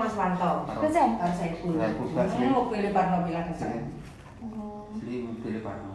Mas Wanto. Kerja? Harus saya Saya pulang. buka, Ini mau pilih Parno bilang ke saya. Sri Sri Parno.